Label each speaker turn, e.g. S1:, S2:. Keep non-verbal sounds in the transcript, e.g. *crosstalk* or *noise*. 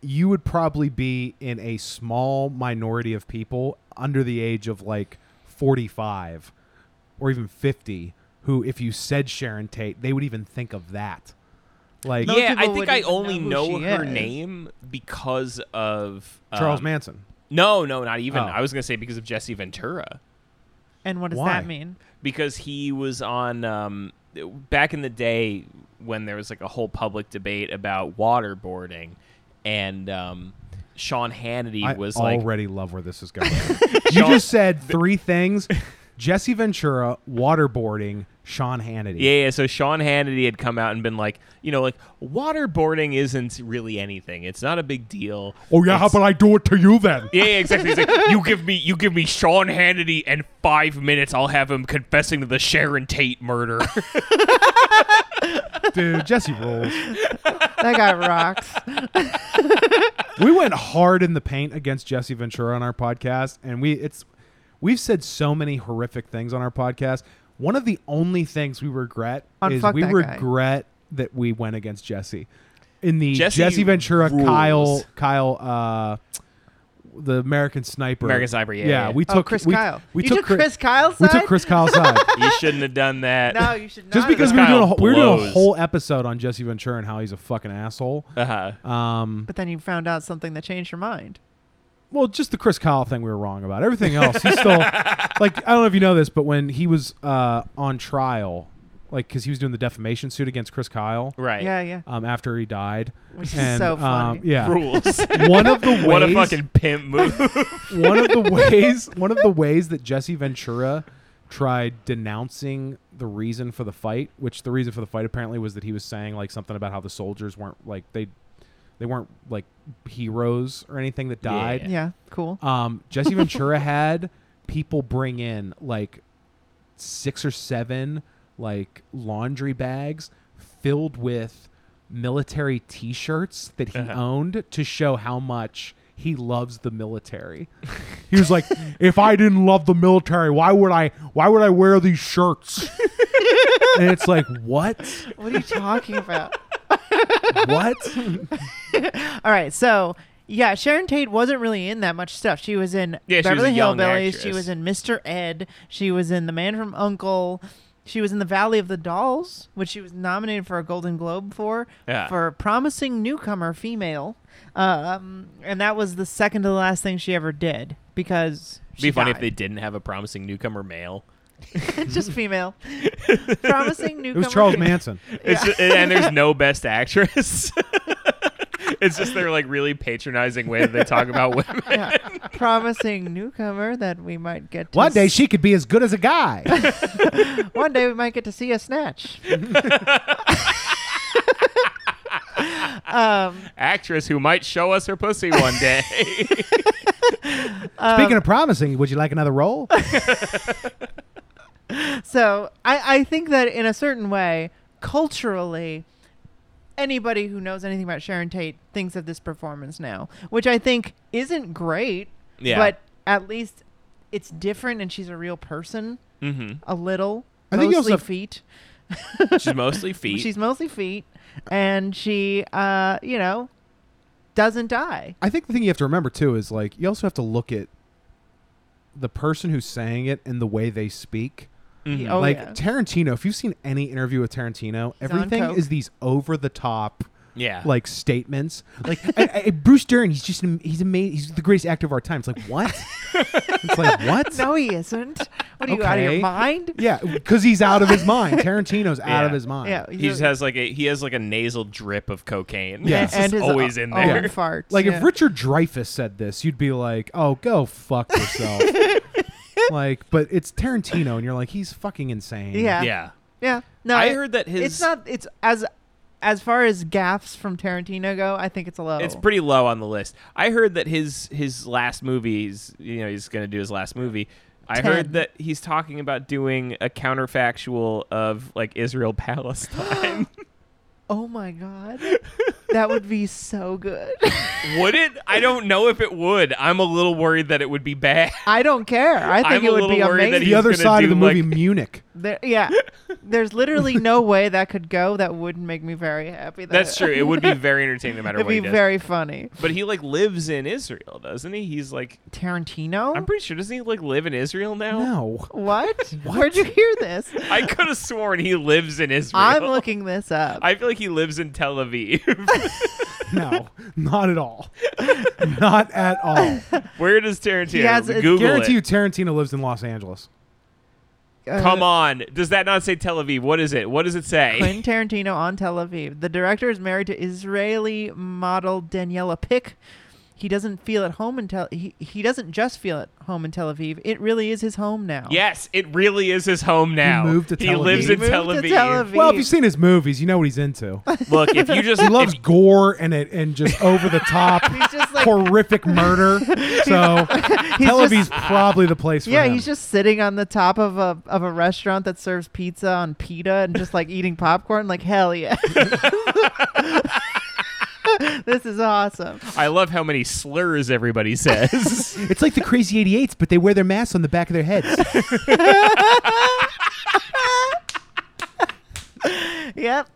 S1: you would probably be in a small minority of people under the age of like 45 or even 50 who if you said Sharon Tate, they would even think of that. Like
S2: Most
S3: yeah, I
S2: people
S3: think
S2: wouldn't
S3: I
S2: even
S3: only
S2: know
S3: know,
S2: who she
S3: her
S2: is.
S3: name because of um,
S1: Charles Manson.
S3: No, no, not even.
S1: Oh.
S3: I was gonna say because of Jesse Ventura,
S2: And what does
S1: Why?
S2: that mean?
S3: because he was on um, back in the day when there was like a whole public debate about waterboarding, and um, Sean Hannity
S1: I
S3: was like,
S1: already love where this is
S3: *laughs*
S1: going. you just said three things. Jesse Ventura, waterboarding, Sean Hannity.
S3: Yeah, yeah. So Sean Hannity had come out and been like, you know, like waterboarding isn't really anything. It's not a big deal.
S1: Oh yeah, how
S3: It's-
S1: about I do it to you then?
S3: Yeah, yeah, exactly. He's like, you give me, you give me Sean Hannity, and five minutes, I'll have him confessing to the Sharon Tate murder.
S1: Dude, Jesse rules.
S2: That guy
S1: *laughs*
S2: rocks.
S1: we went hard in the paint against Jesse Ventura on our podcast, and we it's we've said so many horrific things on our podcast. One of the only things we regret
S2: On
S1: is
S2: Oh, Fuck
S1: we
S2: That Guy.
S1: regret that we went against Jesse in the
S3: Jesse
S1: Jesse, Ventura
S3: rules.
S1: Kyle Kyle uh the American Sniper
S3: American Sniper, yeah, yeah.
S1: we
S2: Oh,
S1: took
S2: Chris
S1: we,
S2: Kyle.
S1: we
S2: You
S1: took,
S2: took Chris Kyle's
S1: we took
S2: side?
S1: Chris
S2: *laughs*
S1: Kyle's side
S3: *laughs* you shouldn't have done that.
S2: No, you should not.
S1: just
S2: have
S1: because we
S2: done
S1: were
S2: that.
S1: doing a,
S3: Kyle
S1: whole- we were doing a
S3: blows.
S1: whole episode on Jesse Ventura and how he's a fucking asshole
S3: Uh-huh.
S1: um
S2: But then you found out something that changed your mind.
S1: Well, just the Chris Kyle thing we were wrong about. Everything else, he's
S3: *laughs*
S1: still like I don't know if you know this, but when he was uh, on trial, like because he was doing the defamation suit against Chris Kyle,
S3: Right.
S2: Yeah, yeah.
S1: um, after he died,
S2: Which is
S1: and,
S2: so
S1: um,
S2: funny.
S1: yeah,
S2: *laughs*
S3: Rules.
S1: one of the ways,
S3: *laughs* what a fucking pimp move.
S1: one of the ways, one of the ways that Jesse Ventura tried denouncing the reason for the fight, which the reason for the fight apparently was that he was saying like something about how the soldiers weren't like they, they weren't like heroes or anything that died.
S3: Yeah.
S2: Yeah, cool.
S1: Um, Jesse Ventura had people bring in like six or seven like laundry bags filled with military T-shirts that he
S3: Uh-huh.
S1: owned to show how much he loves the military. he was like, "If I didn't love the military, why would I? Why would I wear these shirts?" and it's like, what?
S2: What are you talking about?
S1: What?
S2: All right, so yeah, Sharon Tate wasn't really in that much stuff. She was in
S3: Yeah, she was
S2: Beverly
S3: a young
S2: Hillbillies. She
S3: actress.
S2: was in Mr. Ed. She was in The Man from Uncle. She was in The Valley of the Dolls, which she was nominated for a Golden Globe for
S3: Yeah.
S2: for promising newcomer female. Um, and that was the second to the last thing she ever did because she
S3: Be funny if
S2: died. *laughs*
S3: they didn't have a promising newcomer male. *laughs*
S2: just female promising
S1: It
S2: newcomer.
S1: was Charles
S2: female.
S1: Manson.
S3: It's and there's no best actress. it's just their like really patronizing way that they talk about
S2: *laughs*
S3: women.
S2: *laughs* Yeah. promising newcomer that we might get to
S1: One day
S2: s-
S1: she could be as good as a guy.
S2: One day we might get to see
S3: *laughs*
S2: a snatch. um,
S3: Actress who might show us her pussy one
S2: *laughs*
S3: day.
S1: Speaking of promising, would you like another role?
S2: so I, I think that in a certain way, culturally, anybody who knows anything about Sharon Tate thinks of this performance now, which I think isn't great,
S3: Yeah.
S2: but at least it's different and she's a real person
S3: mm-hmm.
S2: a little.
S1: I think you
S2: mostly
S1: also-
S2: feet.
S3: She's mostly feet.
S2: She's mostly feet, and she, uh, you know, doesn't die.
S1: I think the thing you have to remember too is like you also have to look at the person who's saying it and the way they speak.
S3: Mhm.
S2: Oh,
S1: like
S2: yeah.
S1: Tarantino, if you've seen any interview with Tarantino,
S2: He's on
S1: everything
S2: coke.
S1: is these over the top
S3: yeah.
S1: like statements. Like *laughs* I, I, Bruce Dern, he's just am- he's amazing. He's the greatest actor of our time. It's like
S2: *laughs*
S1: what? it's like what?
S2: No, he isn't. What are you out of your
S1: Okay.
S2: mind?
S1: Yeah, because he's out of his
S2: *laughs*
S1: mind. Tarantino's out
S3: Yeah.
S1: of his mind.
S2: Yeah,
S3: he just has like a he has like a nasal drip of cocaine.
S1: Yeah.
S3: *laughs* It's
S1: And
S3: just always
S2: o-
S3: in
S2: own
S3: there.
S2: *laughs* farts.
S1: Like
S2: yeah.
S1: if Richard Dreyfuss said this, you'd be like, "Oh, go fuck
S2: *laughs*
S1: yourself." like, but it's Tarantino, and you're like, he's fucking insane.
S2: Yeah.
S3: Yeah.
S2: Yeah. No,
S3: I
S2: it-
S3: heard that his
S2: it's not. It's as as far as gaffes from Tarantino go. I think it's a low.
S3: It's pretty low on the list. I heard that his his last movie, he's you know, he's gonna do his last movie. I
S2: Ten.
S3: heard that he's talking about doing a
S2: *laughs*
S3: counterfactual of like Israel Palestine.
S2: Oh my god. That would be so good. *laughs*
S3: Would it? I don't know if it would. I'm a little worried that it would be bad. *laughs*
S2: I don't care. I think
S3: I'm
S2: it
S3: a
S2: would be
S3: little worried that
S2: amazing.
S1: the other
S3: gonna
S1: side of
S3: do,
S1: the movie,
S3: like-
S1: Munich.
S2: There, yeah. There's literally no way that could go that wouldn't make me very happy. That
S3: That's true. It
S2: *laughs*
S3: would be very entertaining no matter
S2: It'd
S3: what
S2: be
S3: he does.
S2: very funny.
S3: but he like lives in Israel, doesn't he? He's like
S2: Tarantino?
S3: I'm pretty sure doesn't he like live in Israel now?
S1: No.
S3: *laughs*
S2: what? Where'd you hear this?
S3: I could have sworn he lives in Israel.
S2: I'm looking this up.
S3: I feel like he lives in Tel Aviv. *laughs*
S1: No. Not at all. Not at all.
S3: Where does Tarantino?
S2: He has a-
S3: Google
S1: Guarantee
S3: it.
S1: you Tarantino lives in Los Angeles.
S2: Uh,
S3: Come on. Does that not say Tel Aviv? What is it? What does it say?
S2: Quentin Tarantino on Tel Aviv. The director is married to Israeli model Daniela Pick. He doesn't feel at home in Tel. He, he doesn't just feel at home in Tel Aviv. It really is his home now.
S3: Yes, it really is his home now.
S1: moved to Tel
S3: lives
S1: Aviv.
S3: in
S2: He
S3: Tel
S2: moved
S3: Aviv.
S2: to Tel Aviv.
S1: Well, if you've seen his movies, you know what he's into.
S3: Look, if
S2: *laughs*
S3: you just *laughs*
S1: He loves gore and it and just over the top
S2: He's
S1: *laughs*
S2: just like
S1: horrific
S2: *laughs*
S1: murder. So Tel
S2: just-
S1: Aviv's probably the place for
S2: yeah,
S1: him.
S2: he's just sitting on the top of a of a restaurant that serves pizza on pita and just like eating popcorn. Like hell
S3: *laughs*
S2: yeah. *laughs* this is awesome.
S3: I love how many slurs everybody
S2: *laughs*
S3: says.
S1: it's like the crazy 88s, but they wear their masks on the back of their heads.
S2: Yep,